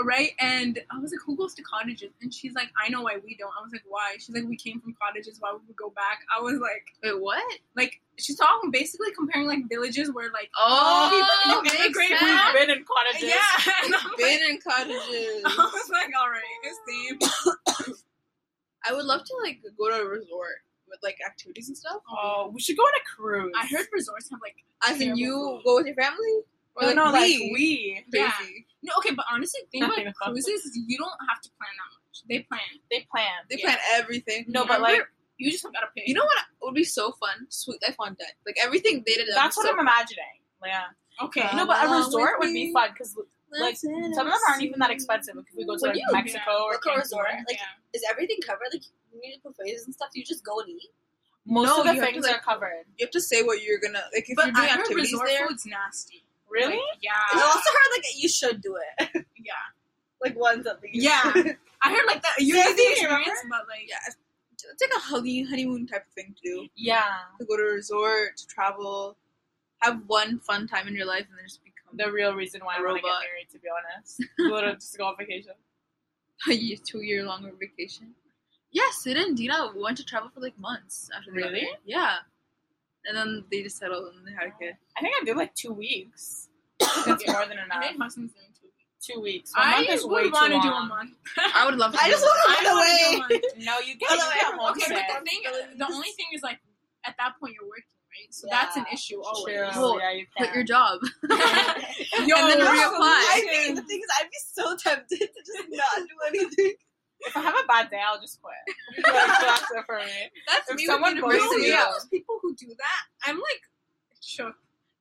S1: right? And I was like, Who goes to cottages? And she's like, I know why we don't. I was like, Why? She's like, We came from cottages, why would we go back? I was like
S2: Wait, what?
S1: like she's talking basically comparing like villages where like
S2: Oh,
S1: people- you immigrate
S2: makes
S1: from-
S2: sense.
S3: We've been in cottages.
S1: yeah and I'm like,
S2: Been in cottages.
S1: I was like all right it's deep
S2: I would love to like go to a resort with like activities and stuff.
S3: Oh, we should go on a cruise.
S1: I heard resorts have like
S2: As in,
S1: Terrible
S2: you
S1: food.
S2: go with your family or
S3: No,
S2: like
S3: no,
S2: we?
S3: like we.
S1: Yeah.
S2: Crazy.
S1: no okay but honestly think
S3: Nothing
S1: about
S3: about
S1: cruises is you don't have to plan that much they plan
S3: They plan.
S2: They
S1: Yeah.
S2: plan everything.
S3: No,
S1: Yeah.
S3: but like
S1: you just gotta pay
S2: you know what would be so fun? Sweet Life on Deck. Like everything they did.
S3: that's
S2: was so
S3: what I'm imagining. Yeah.
S1: okay
S2: Uh,
S3: No, but a
S2: along
S3: resort
S2: with
S3: would be
S2: me.
S3: fun because like some
S2: Let's
S3: of them aren't even that expensive. Like, if we go to
S1: Would
S3: like,
S1: you?
S3: Mexico
S1: Yeah.
S3: or
S5: Like a resort,
S3: Cancun.
S5: like
S1: yeah.
S5: Is everything covered? Like you need to put phrases and stuff. You just go and eat.
S3: most
S2: No,
S3: of the
S2: you have to,
S3: things
S2: like-
S3: are covered.
S2: You have to say what you're gonna like if
S1: but
S2: you're
S1: I
S2: doing
S1: heard
S2: activities
S1: resort
S2: there.
S1: food's nasty
S3: Really?
S1: Like,
S5: I
S1: yeah
S5: also heard like you should do it.
S1: yeah
S5: Like once at least.
S1: Yeah. I heard like that you
S5: Yeah,
S1: need the
S5: yeah,
S1: experience but like
S2: Yeah, it's it's like a honey honeymoon type of thing to do.
S3: Yeah.
S2: to go to a resort, to travel, have one fun time in your life, and then just become
S3: The real reason why I want to get
S2: Robot.
S3: married, to be honest. Literally just go on vacation.
S2: a ye- two year long vacation. Yeah, Sid and Dina went to travel for like months after they got
S3: Really?
S2: married. Yeah. And then they just settled and they had a kid.
S3: I think I did like two weeks. That's more than
S1: I
S3: enough.
S1: think my son's doing two weeks.
S3: Two weeks. One
S1: I
S3: month is way
S1: would
S3: too
S1: want to do a
S3: long.
S1: month
S2: I would love to.
S5: I
S2: do
S5: just
S2: that.
S5: want
S1: I
S5: to
S1: don't
S5: run
S1: wanna do a
S5: away.
S1: month.
S3: No, you get,
S5: Hello,
S3: you get
S5: everyone.
S1: Okay,
S3: homesick.
S1: but the thing, the only thing is like, at that point you're working, right? So that's an
S5: Yeah.
S1: issue always.
S3: True. Yeah, you
S2: quit
S3: can.
S2: your job.
S1: Yo,
S2: And then
S5: No,
S2: reapply.
S5: I think the thing is, I'd be so tempted to just not do anything.
S3: if I have a bad day, I'll just quit. Like, that's it for me.
S2: That's
S3: If
S2: me
S3: someone
S2: with
S3: forces
S1: you
S2: university.
S1: know those people who do that? I'm like shook.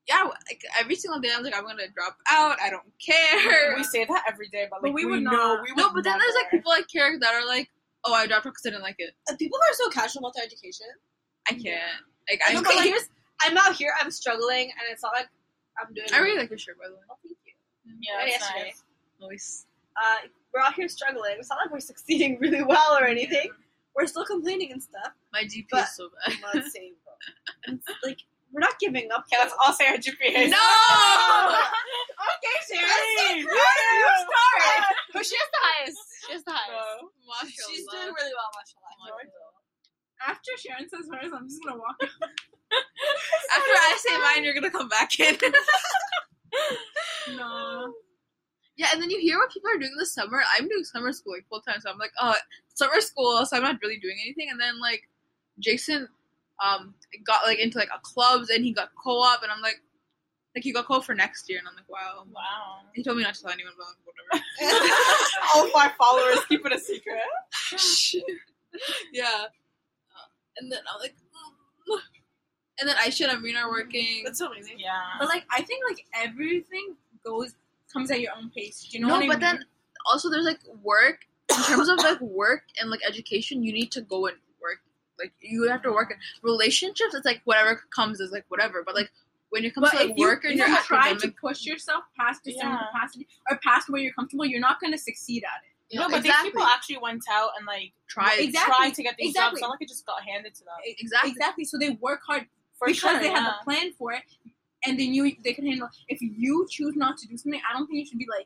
S2: Yeah, like every single day I'm like, I'm gonna drop out. I don't care.
S3: We say that every day, but
S1: But
S3: like
S1: we
S3: we,
S1: would
S3: know
S1: not.
S3: we would
S2: no, but then there's like
S3: never.
S2: people I care that are like, oh, I dropped out because I didn't like it.
S5: And people are so casual about their education.
S2: I can't. Like
S5: I
S2: I,
S5: know, but like, here's, I'm out here, I'm struggling, and it's not like I'm doing.
S2: I really like your shirt by the way.
S5: Well, thank you.
S3: yeah,
S5: Yeah,
S3: it's
S5: yesterday.
S3: nice.
S2: Nice.
S5: Uh, we're out here struggling. It's not like we're succeeding really well or anything. We're still complaining and stuff.
S2: My GP
S5: But-
S2: is so bad.
S5: Let's say, bro.
S10: like we're not giving up.
S3: Okay, let's all say our GPAs.
S5: No!
S10: okay, Sarah.
S3: Hey,
S10: you start.
S5: But she has the highest. She has the highest.
S3: No.
S5: She's doing really well, mashallah.
S1: After Sharon says hers, I'm just gonna walk.
S2: After I say mine, you're gonna come back in.
S1: No.
S2: yeah, and then you hear what people are doing this summer. I'm doing summer school like full time, so I'm like, oh, summer school, so I'm not really doing anything. And then like, Jason, um, got like into like a clubs, and he got co-op, and I'm like, like he got co-op for next year, and I'm like, wow.
S3: Wow.
S2: He told me not to tell anyone, but I'm like, whatever.
S3: all my followers keep it a secret.
S2: yeah. Uh, And then I'm like, mm. and then Aisha and Amrina are working.
S10: That's so amazing.
S3: Yeah.
S1: But like, I think like everything goes comes at your own pace. Do you know
S2: no,
S1: what I
S2: but
S1: mean?
S2: then also there's like work in terms of like work and like education. You need to go and work. Like you have to work. Relationships, it's like whatever comes is like whatever. But like when it comes
S1: But
S2: to
S1: if
S2: like
S1: you,
S2: work
S1: if
S2: and your
S1: you try to
S2: academic,
S1: push yourself past a certain
S3: Yeah.
S1: capacity or past where you're comfortable, you're not going to succeed at it.
S2: you
S3: no,
S2: know,
S3: but
S2: exactly,
S3: these people actually went out and like
S2: try it.
S1: Exactly.
S3: tried to get these
S1: Exactly.
S3: jobs. Not like it just got handed to them.
S2: exactly.
S1: Exactly. So they work hard
S3: For
S1: because
S3: sure,
S1: they have
S3: yeah.
S1: a plan for it, and they knew they could handle. If you choose not to do something, I don't think you should be like,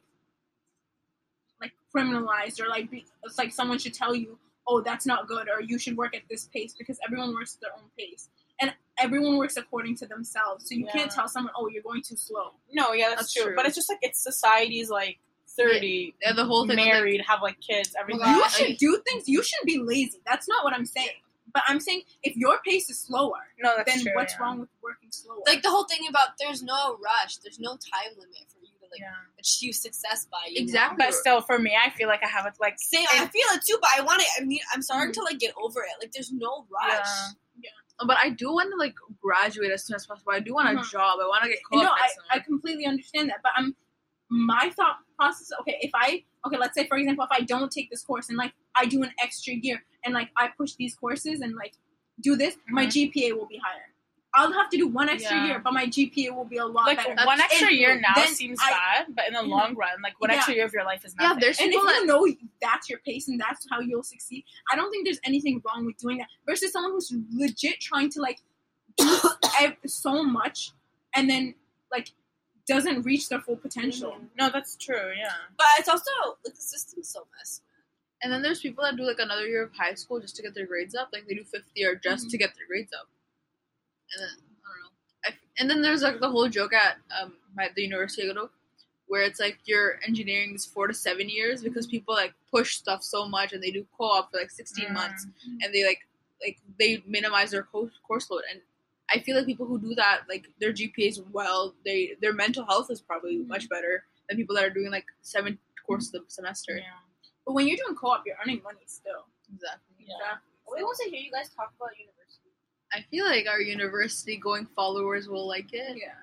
S1: like criminalized or like be, it's like someone should tell you, oh, that's not good, or you should work at this pace because everyone works at their own pace and everyone works according to themselves. So you can't
S3: Yeah.
S1: tell someone, oh, you're going too slow.
S3: No, yeah, that's,
S2: That's
S3: true.
S2: true.
S3: But it's just like it's society's like thirty,
S2: Yeah, the whole thing. was, like,
S3: married, have like kids, everything.
S2: Well,
S1: You
S2: I-
S1: should do things. You shouldn't be lazy. That's not what I'm saying. But I'm saying if your pace is slower,
S3: no, that's
S1: then
S3: true.
S1: what's
S3: yeah.
S1: wrong with working slower?
S5: Like the whole thing about there's no rush, there's no time limit for you to like
S3: Yeah.
S5: achieve success by. You know?
S2: exactly.
S3: But still, for me, I feel like I have it like
S10: Same. I feel it too, but I want it. I mean, I'm starting to like get over it. Like, there's no rush.
S3: Yeah.
S2: but I do want to like graduate as soon as possible. I do want a
S1: Mhm.
S2: job. I want to get
S1: no,
S2: co-op
S1: I,
S2: next summer.
S1: I completely understand that, but I'm my thought process. Okay, if I okay, let's say for example, if I don't take this course and like I do an extra year and like I push these courses and like do this, my GPA will be higher. I'll have to do one extra
S3: Mm-hmm. Yeah.
S1: year, but my GPA will be a lot
S3: like
S1: better.
S3: one
S2: That's-
S3: extra
S1: and
S3: year now
S1: then
S3: seems
S1: I-
S3: bad, but in the long run, like one
S1: Yeah.
S3: extra year of your life is
S2: yeah,
S3: nothing.
S2: there's
S1: And if
S2: people that
S1: you know that's your pace and that's how you'll succeed, I don't think there's anything wrong with doing that. Versus someone who's legit trying to like do ev- so much and then like doesn't reach their full potential.
S3: no, that's true. Yeah,
S10: But it's also like the system's so messed.
S2: And then there's people that do like another year of high school just to get their grades up. Like they do fifth year just to get their grades up. And then I don't know. I f and then there's like the whole joke at um my, the university I go to, where it's like your engineering is four to seven years because people like push stuff so much and they do co-op for like 16
S3: Mm.
S2: months and they like like they minimize their co- course load and. I feel like people who do that, like their GPAs, well, they their mental health is probably
S1: Mhm.
S2: much better than people that are doing like seven courses a semester.
S3: yeah.
S1: But when you're doing co-op, you're earning money still.
S2: Exactly.
S3: Yeah.
S7: We want to hear you guys talk about university.
S2: I feel like our university going followers will like it.
S1: Yeah.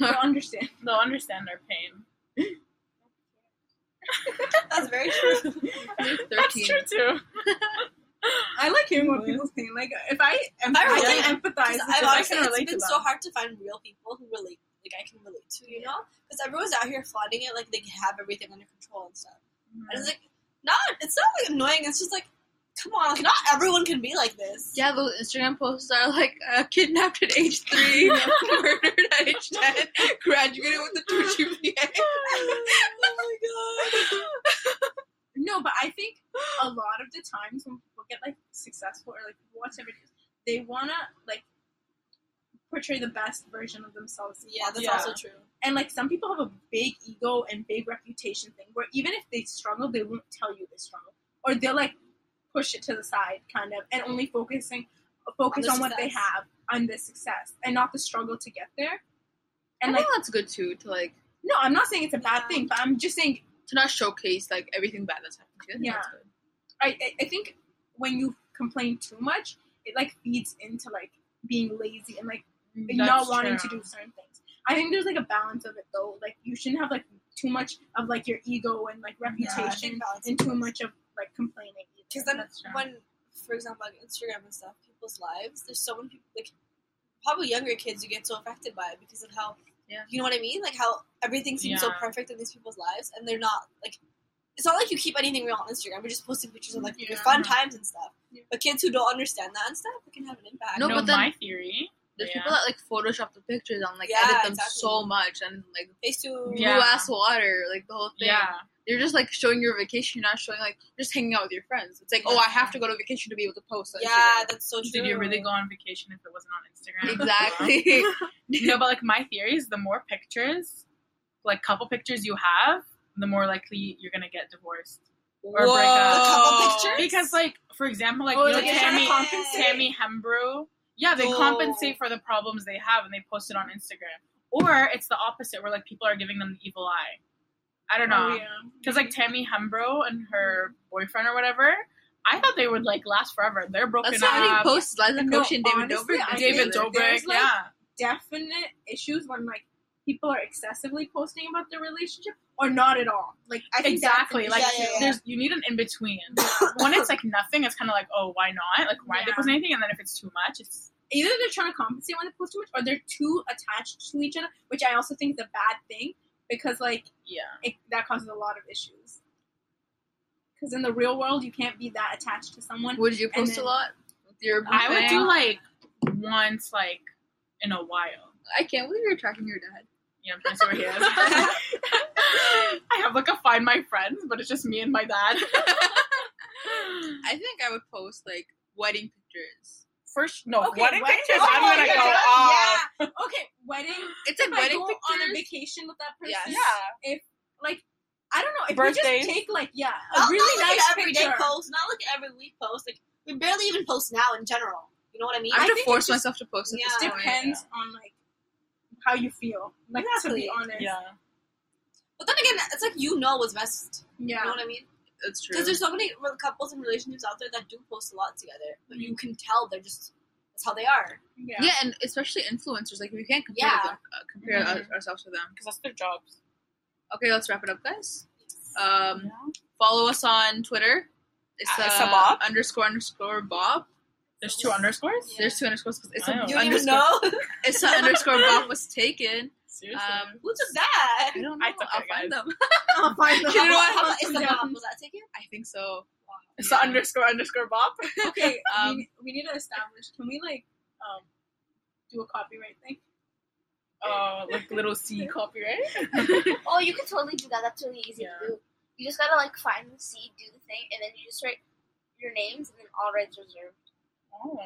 S1: They'll understand.
S3: They'll understand our pain.
S10: That's very true.
S2: Thirteen.
S3: That's true too.
S1: I like hearing what people's think. Like if I, em-
S10: I
S1: I,
S10: really-
S1: can empathize.
S10: Because
S1: because
S10: I've
S1: I
S10: honestly,
S1: can
S10: it's
S1: relate
S10: been
S1: to
S10: so
S1: them.
S10: hard to find real people who relate, like I can relate to, you know? Because everyone's out here flaunting it like they have everything under control and stuff. And it's like, not, it's not like annoying. It's just like, come on, like, not everyone can be like this.
S2: Yeah, those Instagram posts are like uh, kidnapped at age three, murdered at age ten, graduated with a two GPA.
S1: No, but I think a lot of the times when people get like successful or like people watch their videos, they wanna like portray the best version of themselves.
S10: Yeah, that's
S3: Yeah.
S10: also true.
S1: And like some people have a big ego and big reputation thing where even if they struggle, they won't tell you they struggle, or they'll like push it to the side, kind of, and only focusing focus
S10: the
S1: on, what they
S10: success.
S1: have on the success and not the struggle to get there.
S2: I
S1: And
S2: think
S1: like,
S2: that's good too to like
S1: no, I'm not saying it's a bad
S10: Yeah.
S1: thing, but I'm just saying
S2: to not showcase like everything bad that's happening. I think
S1: Yeah.
S2: that's good.
S1: I, I- I think when you complain too much, it like feeds into like being lazy and like not
S3: Mm-hmm. That's
S1: wanting
S3: true.
S1: to do certain things. I think there's like a balance of it though. Like you shouldn't have like too much of like your ego and like reputation
S10: balance
S1: and too much of like complaining. either.
S10: Because then,
S3: That's true.
S10: when, for example, on Instagram and stuff, people's lives, there's so many people, like, probably younger kids who get so affected by it because of how,
S2: Yeah.
S10: you know what I mean? Like, how everything seems so
S3: Yeah.
S10: perfect in these people's lives, and they're not. Like,
S5: it's not like you keep anything real on Instagram. You're just posting pictures of like your
S3: Yeah.
S5: fun times and stuff.
S3: Yeah.
S5: But kids who don't understand that and stuff it can have an impact.
S2: No,
S3: No,
S2: but then-
S3: my theory.
S2: There's
S3: Yeah.
S2: people that like Photoshop the pictures and like
S5: Yeah,
S2: edit them
S5: exactly.
S2: so much and like
S5: Face to
S2: blue
S3: Yeah.
S2: ass water, like the whole thing.
S3: Yeah.
S2: You're just like showing your vacation, you're not showing like just hanging out with your friends. It's like, oh, I have to go to vacation to be able to post. on
S5: yeah, that's so true.
S3: Did you really go on vacation if it wasn't on
S2: Instagram.
S3: Instagram?
S2: exactly.
S3: no, but like my theory is the more pictures, like couple pictures you have, the more likely you're gonna get divorced or break
S5: A
S3: up.
S5: couple
S12: Oh.
S5: pictures
S3: Because like for example, like
S12: Oh,
S3: you know,
S12: like
S5: they're
S3: Tammy,
S5: trying to compensate.
S3: Tammy Hembrew, yeah, they
S5: Oh.
S3: compensate for the problems they have and they post it on Instagram. Or it's the opposite, where like people are giving them the evil eye. I don't
S1: Oh,
S3: know. Because like Tammy Hembro and her boyfriend or whatever, I thought they would like last forever. They're broken
S2: That's how many
S3: up.
S2: posts Liza
S3: No,
S2: Koshy and David
S3: honestly,
S2: Dobrik.
S3: I
S2: did
S3: think David
S2: together.
S3: Dobrik, there's, like, yeah. Definite issues when like people are excessively posting about their relationship or not at all. Like I
S1: think that's
S3: exactly
S1: the
S3: like
S5: issue. Yeah, yeah, yeah.
S3: there's you need an in between. when it's like nothing, it's kind of like oh why not? Like why they
S1: Yeah.
S3: post anything? And then if it's too much, it's
S1: either they're trying to compensate when they post too much, or they're too attached to each other, which I also think is a bad thing because like
S3: yeah.
S1: it, that causes a lot of issues. Because in the real world, you can't be that attached to someone.
S2: Would you
S1: And
S2: post
S1: then-
S2: a lot? With your blue
S3: I would
S2: thing?
S3: do like once like in a while.
S2: I can't believe you're tracking your dad.
S3: Yeah, that's where he is. I have like a find my friends, but it's just me and my dad.
S2: I think I would post like wedding pictures.
S3: First, no
S1: Okay,
S3: wedding
S1: wedding-
S3: pictures.
S1: oh
S3: I'm
S1: my
S3: gonna go
S1: God,
S3: off.
S1: Yeah. Okay, wedding.
S2: It's like
S1: If I
S2: wedding
S1: go on a
S2: pictures.
S1: vacation with that
S2: Yes.
S1: person,
S2: Yeah.
S1: like I don't know. If we
S12: Birthdays.
S1: just take like yeah, a
S5: Not-
S1: really
S5: not like
S1: nice
S5: an everyday
S1: picture.
S5: post, not like an every week post. Like we barely even post now in general. You know what I mean?
S2: I have
S1: I
S2: to
S1: think it
S2: force
S1: just
S2: myself to post at
S5: Yeah.
S2: this point.
S1: Depends on like how you feel. Like to
S5: Exactly.
S1: be honest.
S3: Yeah.
S5: But then again, it's like you know what's best.
S1: Yeah.
S5: You know what I mean?
S2: That's true.
S5: Because there's so many re- couples and relationships out there that do post a lot together, but you can tell they're just that's how they are.
S1: Yeah.
S2: yeah. and especially influencers. Like we can't compare
S5: Yeah.
S2: them, uh, compare
S3: Mhm.
S2: our- ourselves to them.
S3: Because that's their jobs.
S2: Okay, let's wrap it up, guys. Um, follow us on Twitter. It's,
S12: At
S2: uh,
S12: Issa Bob.
S2: underscore underscore Bob.
S3: There's two underscores?
S2: There's two underscores. 'cause It's a
S3: Wow. You
S5: You don't even
S2: underscore.
S5: know
S2: It's a underscore Bob was taken.
S3: Seriously.
S2: Um,
S5: who took that.
S2: I don't know.
S3: It's okay,
S2: I'll find
S3: guys.
S2: them.
S1: I'll find
S5: You know what? How
S1: out.
S5: about Isabel?
S13: Um,
S5: Was that taken?
S2: I think so.
S3: it's
S2: yeah.
S3: the underscore underscore Bob.
S1: Okay,
S2: Um,
S1: we, we need to establish. Can we like um do a copyright thing?
S3: Oh, like little C copyright.
S13: Oh, you could totally do that. That's really easy
S3: Yeah.
S13: to do. You just gotta like find the seed, do the thing, and then you just write your names and then all rights reserved.
S3: Oh.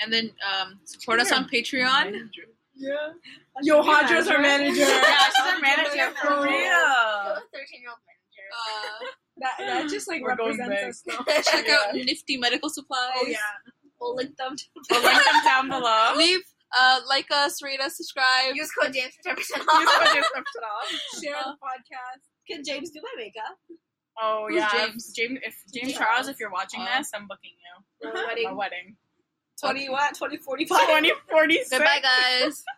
S2: And then um, support us on Patreon.
S3: Yeah.
S1: Yo, Hadra's our manager.
S3: Yeah, she's our manager for
S13: You
S3: real.
S13: have a thirteen-year-old manager.
S2: Uh,
S1: That, that just like
S3: We're going
S1: represents us. Though.
S2: check out
S3: Yeah.
S2: Nifty Medical Supplies.
S1: Oh yeah.
S5: We'll link them.
S3: We'll link them down below.
S2: Leave, uh, like us, rate us, subscribe.
S13: Use code James for ten percent
S3: Use
S13: off.
S3: our description off.
S1: Share the podcast.
S5: Can James do my makeup?
S3: Oh
S2: Who's
S3: yeah,
S2: James?
S3: James, if James
S5: James.
S3: Charles, if you're watching
S2: Oh.
S3: this, I'm booking you.
S1: Uh-huh.
S5: Wedding.
S3: A wedding.
S5: Twenty what? Twenty forty five.
S3: Twenty forty six.
S2: Goodbye, guys.